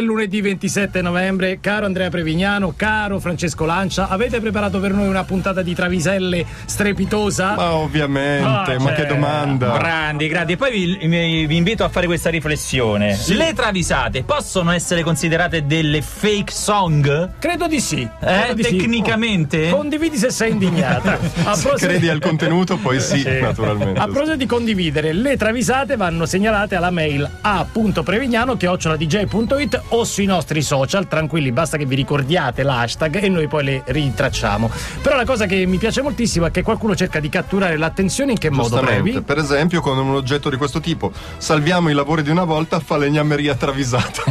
lunedì 27 novembre, caro Andrea Prevignano, caro Francesco Lancia, avete preparato per noi una puntata di traviselle strepitosa? Ma ovviamente, Ah, ma cioè, che domanda. Grandi, grandi. E poi vi, mi- vi invito a fare questa riflessione. Le travisate possono essere considerate delle fake song? Credo di sì. Eh, credo di sì. Oh, tecnicamente? Condividi se sei indignata. A Se credi al contenuto, poi sì, Sì. naturalmente. A proposito di condividere, le travisate vanno segnalate alla mail a.prevignano.dj.it o sui nostri social, tranquilli, basta che vi ricordiate l'hashtag e noi poi le ritracciamo. Però la cosa che mi piace moltissimo è che qualcuno cerca di catturare l'attenzione in che modo, Giustamente, Previ? per esempio con un oggetto di questo tipo, salviamo i lavori di una volta, falegnameria travisata,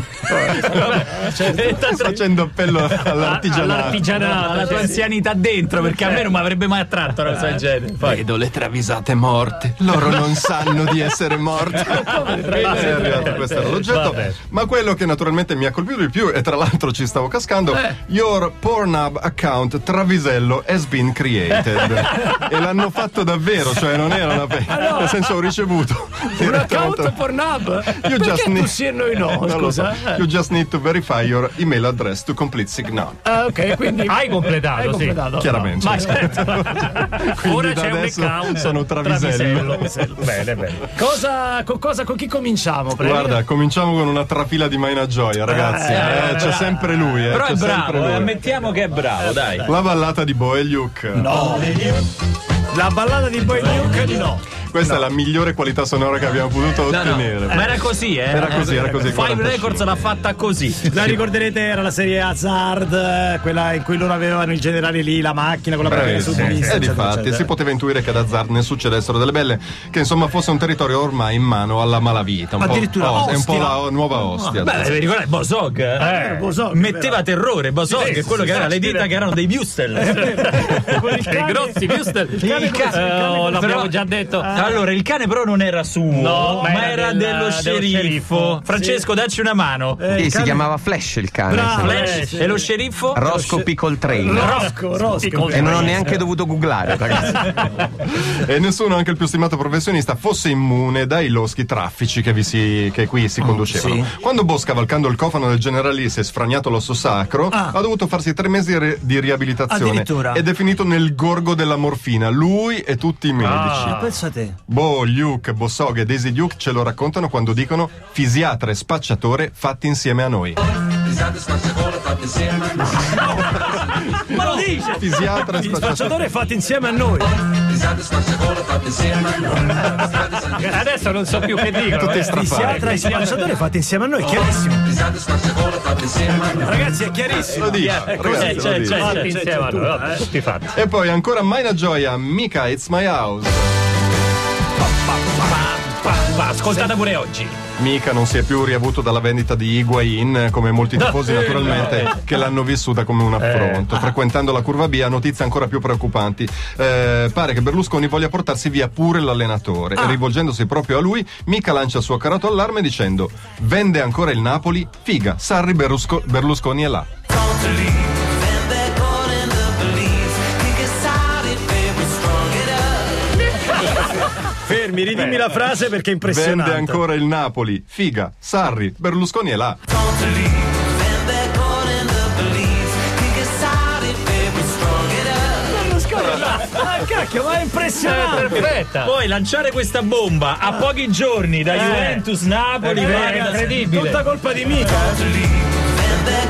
facendo appello all'artigianato. All'artigianato. alla sì, cioè, tua sì. anzianità dentro, perché a me non mi avrebbe mai attratto una cosa del genere. Poi- Eh, Vedo le travisate morte, loro non sanno di essere morte. travisate Sì, è arrivato morte? questo era l'oggetto. Vabbè. Ma quello che naturalmente mi ha colpito di più, e tra l'altro ci stavo cascando, Your Pornhub account Travisello has been created. e l'hanno fatto davvero, cioè non era una pe- Nel senso ho ricevuto. Un account direttamente- Pornhub? You just Perché tu need- sì e noi no? Non lo scusa. so. You just need to verify your email address to complete signal. Ah, ok, quindi Hai completato, Hai sì. completato. Chiaramente. Ma- Quindi Ora da c'è un adesso account sono travisello. Travisello. Bene, bene. Cosa, con, cosa- con chi cominciamo? Previ? Guarda, cominciamo con una trafila di Maina Gioia, ragazzi. Eh, Eh, bravo. c'è sempre lui, eh. Però c'è è sempre bravo, eh, lui. Eh, ammettiamo che è bravo, dai. La ballata di Boeliuk. La ballata di Boy Duke di no. Questa è la migliore qualità sonora che abbiamo potuto No, no, ottenere. Ma era così, eh? Era così, era così, Five 45. Records l'ha fatta così. La ricorderete era la serie Hazard, eh, quella in cui loro avevano il generale lì, la macchina con la bandiera Bravissimo. sudista. E cioè, eccetera, difatti eccetera. si poteva intuire che ad Azzard ne succedessero delle belle, che insomma fosse un territorio ormai in mano alla malavita. Un po' Addirittura Ostia, è un po' Ostia. Ah, la nuova Ostia. Beh, vi ricordate Bosog? eh? Eh, Bosog, Metteva terrore Bosog, Sì, sì, quello sì, che sì, era le sì, dita vero. che erano dei Bustel. Con il Cioè, I cane- grossi Bustel. il cane come si- il cane Ah, Il come ca- oh, si- l'abbiamo Però- eh, già detto. Allora, il cane però non era suo, No, ma era, della- dello dello sceriffo. sceriffo. Francesco, dacci una mano. Eh, Sì, si cane- chiamava Flash il cane. Bravo. se- Flash eh, sì. e lo sceriffo? Rosco Piccoltrain. Rosco, Rosco. E non ho neanche dovuto googlare, ragazzi. E nessuno, anche il più stimato professionista, fosse immune dai loschi traffici che, vi si- che qui Oh, si conducevano. Quando Bosca, cavalcando il cofano del generale si è sfragnato l'osso sacro, ha dovuto farsi tre mesi re- di riabilitazione. Ah. Addirittura. Ed è finito nel gorgo della morfina, lui e tutti i medici. Ah. Ah. te. Bo, Boh, Luke, Bossog e Daisy Duke ce lo raccontano quando dicono fisiatra e spacciatore fatti insieme a noi. Ma lo dice! Fisiatra e Il spacciatore. spacciatore fatto insieme a noi. Eh, Adesso non so più che dicono. Tutti eh. strafari. Psiatra e spacciatore fatti insieme a noi, chiarissimo. Ragazzi, è chiarissimo. Lo dici, Eh, ragazzi, cos'è? lo C'è, dici. c'è, Fatti c'è, insieme c'è, a noi, vabbè, tutti fatti. E poi ancora Maina Gioia, mica It's My House. Ascoltata pure oggi. Mica non si è più riavuto dalla vendita di Higuain, eh, come molti tifosi naturalmente, che l'hanno vissuta come Eh. un affronto. Frequentando la curva B ha notizie ancora più preoccupanti. Eh, pare che Berlusconi voglia portarsi via pure l'allenatore. Ah. E rivolgendosi proprio a lui, Mica lancia il suo carato allarme dicendo: Vende ancora il Napoli? Figa, Sarri Berlusco- Berlusconi è là. Fermi, ridimmi la frase perché è Vende impressionante. ancora il Napoli? Figa, Sarri, Berlusconi è là. Ah, cacchio, ma è impressionante. Eh, Perfetta. Poi lanciare questa bomba a pochi giorni da Juventus, Napoli, Eh, Verona, ragazzi, incredibile. Tutta colpa di mica. eh.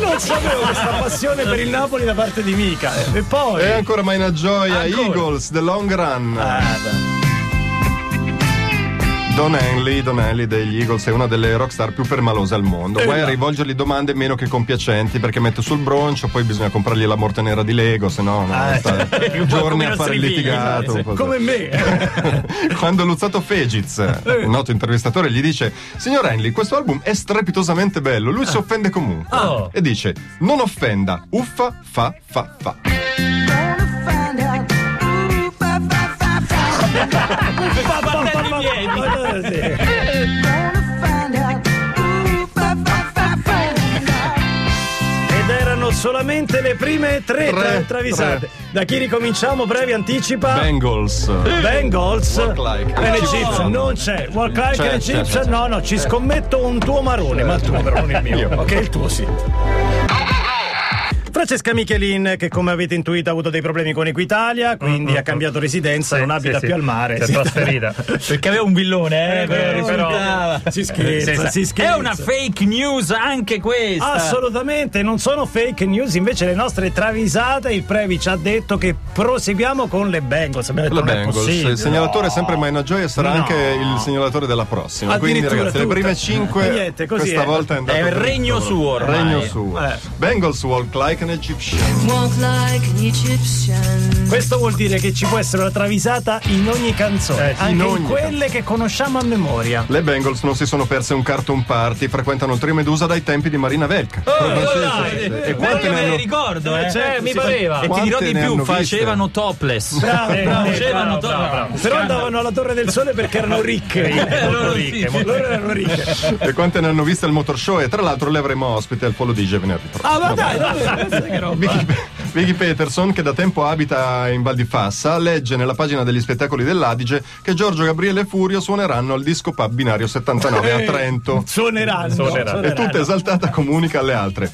Non sapevo questa passione per il Napoli da parte di mica. E poi. E Eh, ancora Maina Gioia, Ancora. Ah, Eagles, The Long Run. Don Henley, Don Henley degli Eagles è una delle rockstar più permalose al mondo. Eh, Vuoi rivolgergli domande meno che compiacenti perché mette sul broncio, poi bisogna comprargli la morte nera di Lego, se no, no Ah, sta giorni come i a fare nostri il figli, litigato. un po' Come me. Eh. quando Luzzato Fegiz, un noto intervistatore, gli dice: Signor Henley, questo album è strepitosamente bello. Lui Ah. si offende comunque. Oh. E dice: Non offenda, uffa, fa, fa, fa. fa battere i piedi. Sì. Ed erano solamente le prime tre, Tre, tra- travisate. tre. Da chi ricominciamo? Brevi anticipa. Bengals. Eh. Bengals Walk like e an le Egyptian. chips non c'è Walk like C'è, and c'è, chips c'è, c'è. no no ci scommetto un tuo marrone ma il tuo però non il mio ok il tuo sì Francesca Michelin, che come avete intuito ha avuto dei problemi con Equitalia, quindi ha cambiato residenza, non abita più al mare. Si è si- trasferita. Perché aveva un villone, eh? Eh, però- però- si scherza, si scherza. È una fake news anche questa. Assolutamente, non sono fake news, invece le nostre travisate, il Previ ci ha detto che proseguiamo con le Bengals. Abbiamo detto La non è Bengals, possibile. il segnalatore è sempre Maina Gioia sarà No. anche il segnalatore della prossima. Quindi Addirittura ragazzi, le tutta. Eh, prime 5 Niente, così questa è. volta è andato È il dritto. regno suo ormai. Regno suo. Eh. Bengals walk like an Egyptian. Walk like an Egyptian. Questo vuol dire che ci può essere una travisata in ogni canzone, Eh, sì, anche in, in ogni quelle che conosciamo a memoria. Le Bengals non si sono perse un cartoon party, frequentano il Trimedusa dai tempi di Marina Velka. Proprio Oh, sì, dai, sì, sì. eh, E quante io ne me hanno- le ricordo, eh. Eh, mi pareva. E ti dirò Quante di ne più, hanno viste? facevano topless. Bravo, bravo, Eh, eh, bravo, Facevano bravo, bravo. topless. Però andavano alla Torre del Sole perché erano ricche. Erano ricche, ricche. molto Loro erano ricche. E quante ne hanno viste al Motor Show? E tra l'altro le avremo ospite al Polo DJ venerdì prossimo. Ah, ma dai, dai, dai, che roba. Vicky, Vicky Peterson, che da tempo abita in Val di Fassa, legge nella pagina degli spettacoli dell'Adige che Giorgio Gabriele e Furio suoneranno al disco pub binario 79 a Trento. Suoneranno. Suoneranno. E suoneranno. Eh. tutta esaltata comunica alle altre.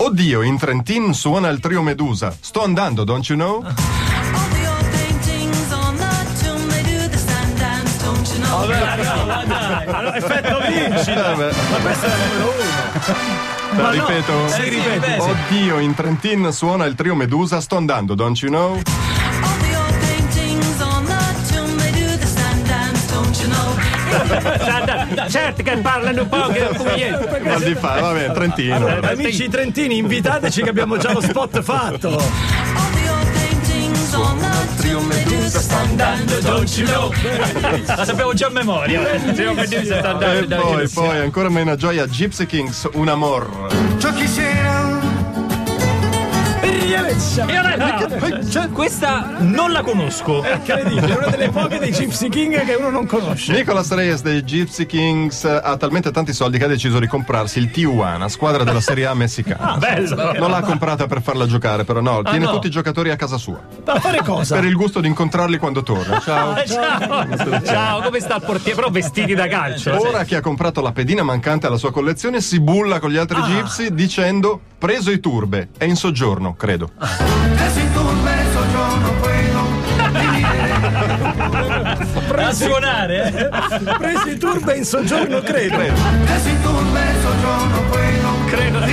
Oddio, in Trentin suona il trio Medusa. Sto andando, don't you know? All the old paintings on the tomb, they do the sand dance, don't you know? Allora, effetto vinci. Eh, beh, Ma questo è il numero uno. Ma no, Eh, ripeto. si ripete. beh, sì. Oddio, in Trentin suona il trio Medusa. Sto andando, don't you know? All the old paintings on the tomb, they do the sand dance, don't you know? Certo che parlano poco, eh, come niente. Val di Fassa, vabbè, Trentino. Amici trentini, invitateci che abbiamo già lo spot fatto. All the old paintings on the tomb, they do the sand dance, don't you know? La sapevo già a memoria. E poi, poi, ancora meno gioia, Gypsy Kings, un amor. Cioè, Questa non la conosco. Incredibile, è una delle poche dei Gypsy King che uno non conosce. Nicolas Reyes dei Gypsy Kings eh, ha talmente tanti soldi che ha deciso di comprarsi il Tijuana, squadra della Serie A Ah, messicana. Bello. Non l'ha comprata per farla giocare, però no, tiene no. tutti i giocatori a casa sua. Ma fare cosa? Per il gusto di incontrarli quando torna. Certo. Ciao. Ciao. Ciao, come sta il portiere? Però vestiti da calcio. Ora che ha comprato la pedina mancante alla sua collezione, si bulla con gli altri Gypsy dicendo: Preso i turbe, è in soggiorno, credo. A suonare. eh. Presi turba in soggiorno, credo. Credo di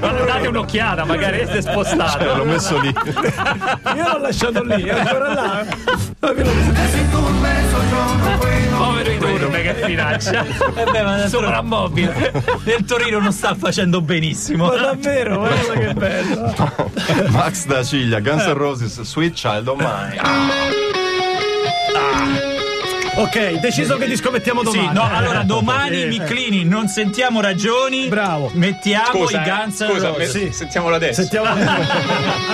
Allora, date un'occhiata, magari si è Eh, spostato. l'ho messo lì. Io l'ho lasciato lì, è ancora là. Ma ve lo- Povero Idurbe, che finaccia. Eh beh, ma Soprammobile. Del Torino non sta facendo benissimo. Ma davvero, guarda che bello. Max da Ciglia, Guns N' Roses, Sweet Child of Mine. Ok, deciso che discommettiamo domani. Ecco, Sì, no, allora Eh, domani Miclini non sentiamo ragioni. Bravo. Mettiamo Scusa, i eh, Guns N' scusa, Roses. me- sentiamolo adesso. Sentiamo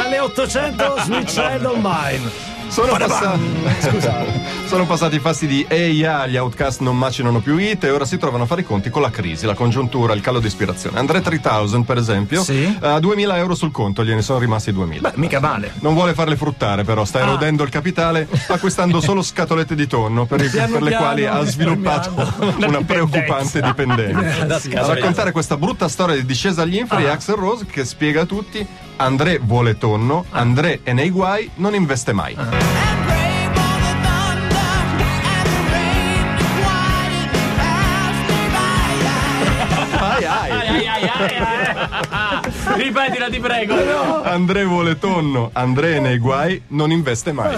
alle 800 Sweet Child of Mine. Sono, passati- eh, Sono passati i fasti di EIA, gli outcast non macinano più IT e ora si trovano a fare i conti con la crisi, la congiuntura, il calo di ispirazione. Andrea 3000, per esempio, ha 2000 euro sul conto, gliene sono rimasti 2000. Mica male. Non vuole farle fruttare, però, sta erodendo il capitale acquistando solo scatolette di tonno per, il- Piano per le piano, quali ha sviluppato una, preoccupante dipendenza. A raccontare questa brutta storia di discesa agli inferi è Axel Rose che spiega a tutti: André vuole tonno, André è nei guai, non investe mai. Ai, ai. Ai, ai, ai, ai. Ripetila, ti Eh, prego. André vuole tonno, André è nei guai, non investe mai.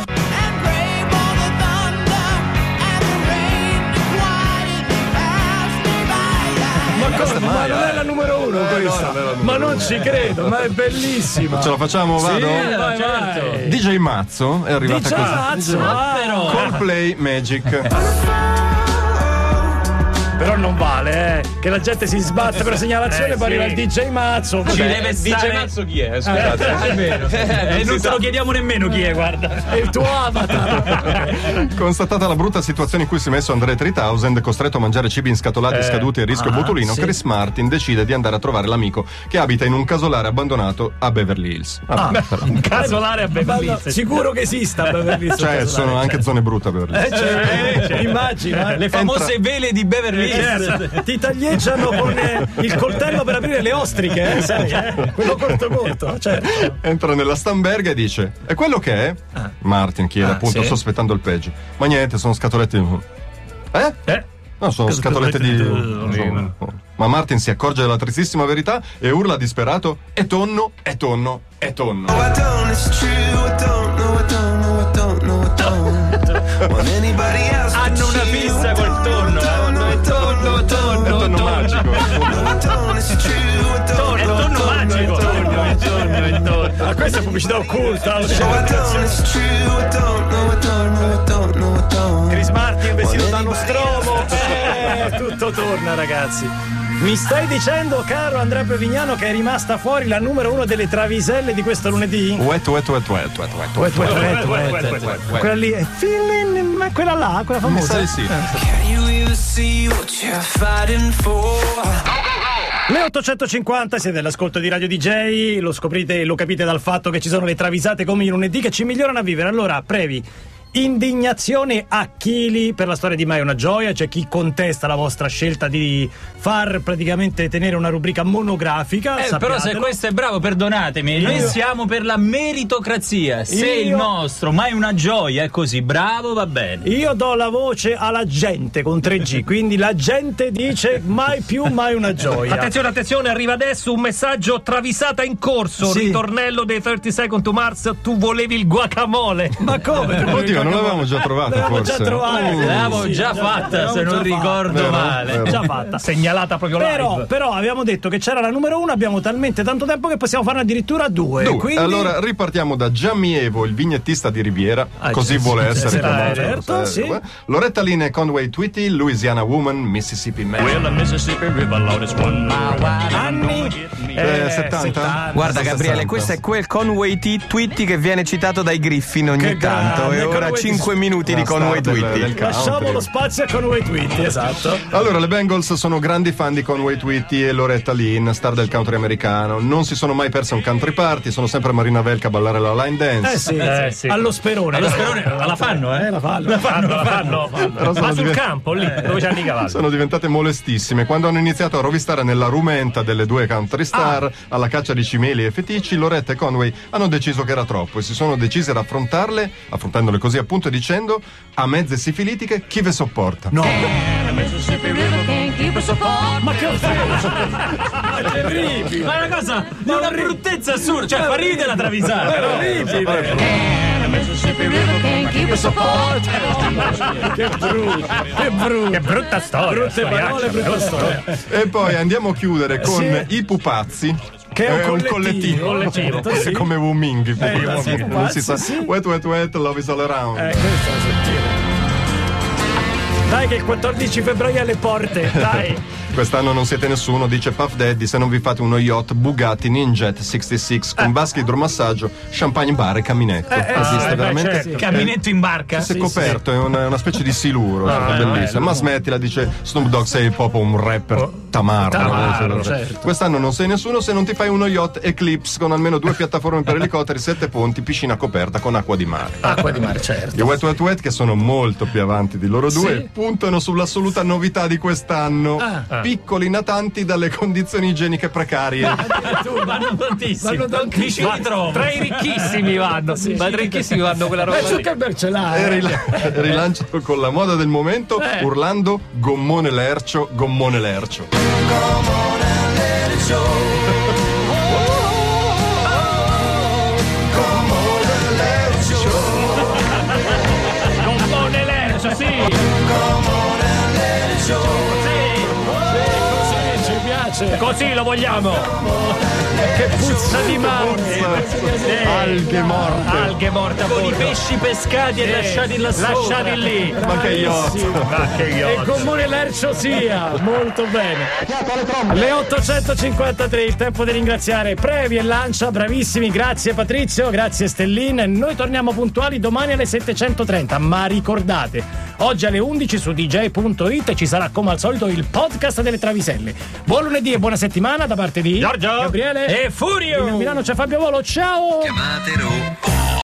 Ma, cosa, mai, ma non eh. è la numero uno questa. non è la numero ma uno. non ci credo, ma è bellissima. Ce la facciamo, vado? Eh, vai, certo. vai. DJ Mazzo Diciamo, è arrivata Dice così. Mazzo, ah, Però Coldplay Magic. però non vale, eh. che la gente si sbatte per segnalazione Eh, poi sì. arriva il DJ Mazzo Ci Ci- deve stare- chi è? Scusate. Eh, eh, non te lo chiediamo nemmeno chi è, guarda. è il tuo avatar Constatata la brutta situazione in cui si è messo Andrea 3000, costretto a mangiare cibi in scatolati Eh. scaduti e Ah, rischio botulino, Chris Martin decide di andare a trovare l'amico che abita in un casolare abbandonato a Beverly Hills. Ah, però. Casolare a Beverly Bello, Hills. sicuro che esista Beverly Eh, Hills Cioè, Casolare. sono anche zone brutte a Beverly Hills. Eh, cioè, immagina certo. Le famose vele di Beverly Hills. Certo, ti taglieggiano con eh, il coltello per aprire le ostriche, eh, sai, eh? quello corto corto. Certo. Entra nella Stamberga e dice: E quello che è? Martin chiede, appunto, sì. sospettando il peggio. Ma niente, sono scatolette. di- Eh? Eh? No, sono Cosa- scatolette di. scatolette di- insomma. oh." Ma Martin si accorge della tristissima verità e urla disperato: È tonno, è tonno, è tonno. I don't, it's true. I don't, no, I don't, no, I don't, no, I don't. Want anybody else but Hanno una you. fissa col tonno. Eh, Eh, I don't, no, I don't, È no, I tonno don't. magico. I don't, it's true. I don't, È no, I tonno don't, no, I magico. don't. Ma questa è pubblicità occulta. lo No, so. I don't, it's true. I don't, no, I don't, no, I don't, no, I don't. Chris Martin vestito da Nostromo. Eh, tutto torna, ragazzi. Mi stai dicendo, caro Andrea Prevignano, che è rimasta fuori la numero uno delle traviselle di questo lunedì? Wet, wet, wet, wet, wet, wet. Wet, wet, wet, wet, wet. Quella lì è feeling, ma quella là, quella Mi sa famosa. di sì. Can you even see what you're fighting for? Le 850 siete all'ascolto di Radio DJ, lo scoprite e lo capite dal fatto che ci sono le travisate come i lunedì che ci migliorano a vivere. Allora, previ. Indignazione a chili per la storia di Mai è una gioia, c'è chi contesta la vostra scelta di far praticamente tenere una rubrica monografica. Eh, però se sappiatelo. questo è bravo, perdonatemi, noi siamo per la meritocrazia. Se Io- il nostro mai una gioia è così bravo, va bene. Io do la voce alla gente con 3G, quindi la gente dice mai più mai una gioia. Attenzione, attenzione, arriva adesso un messaggio travisata in corso. Sì. Ritornello dei 30 Second to Mars, tu volevi il guacamole. Ma come? Oddio, non l'avevamo già trovato eh, L'avevamo già forse. trovata. Mm. L'avevo Sì, già già- fatta, l'avevamo se non già fatta. ricordo Vero, male. vero. Già fatta. Segnalata proprio Però, live. però avevamo detto che c'era la numero uno, abbiamo talmente tanto tempo che possiamo farne addirittura due. Dunque, quindi... Allora ripartiamo da Giamievo, il vignettista di Riviera, così Ah, sì, vuole sì, essere sì, chiamato. certo, eh, sì. Loretta Lynn e Conway Twitty, Louisiana Woman, Mississippi Man. Eh, the Mississippi River Lord is one anni Eh, Ah, eh, 70? Guarda 60. Gabriele, questo è quel Conway T. Twitty che viene citato dai Griffin ogni Che tanto grande, e ora Conway- 5 minuti di La star Conway del- Twitty. del country. Lasciamo lo spazio a Conway Twitty, esatto. Allora, le Bengals sono grandi fan di Conway Twitty e Loretta Lynn, star del country americano. Non si sono mai perse un country party, sono sempre a Marina Velka a ballare la line dance. Eh sì, Eh, sì. sì. allo sperone. Allo sperone la fanno, eh? Eh, la fanno. La fanno, La fanno, Però sono ma sul divent- campo lì dove c'hanno i cavalli. Sono diventate molestissime. Quando hanno iniziato a rovistare nella rumenta delle due country star alla caccia di cimeli e fetici, Loretta e Conway hanno deciso che era troppo e si sono decise ad affrontarle, affrontandole così appunto e dicendo a mezze sifilitiche chi ve sopporta. No, Support. ma che ho terribile. Ma è una cosa di una bruttezza assurda. Cioè, fa ridere la travisata. però. Mississippi River can't keep us support. Che brutto, che brutto. Che brutta storia. Brutte storiaccia, parole, brutta storia. E poi andiamo a chiudere con Eh, Sì. i pupazzi. Che è un collettivo. collettivo. Certo, sì. È come Wuming, i Eh, pupazzi, sì, non si sa. pupazzi, sì. Wet, wet, wet, love is all around. Eh, questo lo sentire. Dai che il 14 febbraio è alle porte, dai. Quest'anno non siete nessuno, dice Puff Daddy, se non vi fate uno yacht Bugatti Ninjet 66 con vasca idromassaggio, champagne bar e camminetto. Esiste eh, beh, veramente? certo. Eh, Camminetto in barca. si è coperto, è una, una specie di siluro, Ah, è bellissimo. Ma smettila, dice Snoop Dogg, sei proprio un rapper tamarro. Oh. tamarro, certo. Eh, Quest'anno non sei nessuno se non ti fai uno yacht Eclipse con almeno due piattaforme per elicotteri, sette ponti, piscina coperta con acqua di mare. Acqua di mare, certo. I Wet Wet Wet, che sono molto più avanti di loro due, puntano sull'assoluta novità di quest'anno. Piccoli natanti dalle condizioni igieniche precarie. Vanno tantissimo. Mi ci ritrovo. Tra i ricchissimi vanno, ma i ricchissimi vanno quella roba. Ma lì. Zuckerberg ce l'ha. E eh. rila- rilanciato con la moda del momento, urlando gommone lercio, gommone lercio. Con Bone Lercio, sì. Sì, ci piace. Così lo vogliamo. Che puzza di mare. Sì. Alghe morte. Alghe morte a Con i bordo. pesci pescati e Sì. lasciati là sopra. Lasciati lì. Ma che Bravissimo. yacht. Ma che E yacht. comune Lercio sia. Molto bene. Le 853, il tempo di ringraziare Previ e Lancia, bravissimi, grazie Patrizio, grazie Stellin. Noi torniamo puntuali domani alle 7.30, ma ricordate, oggi alle 11 su dj.it ci sarà come al solito il podcast delle traviselle. Buon lunedì e buona settimana da parte di Giorgio. Gabriele E Furio. Da Milano c'è Fabio Volo, ciao! Chiamatelo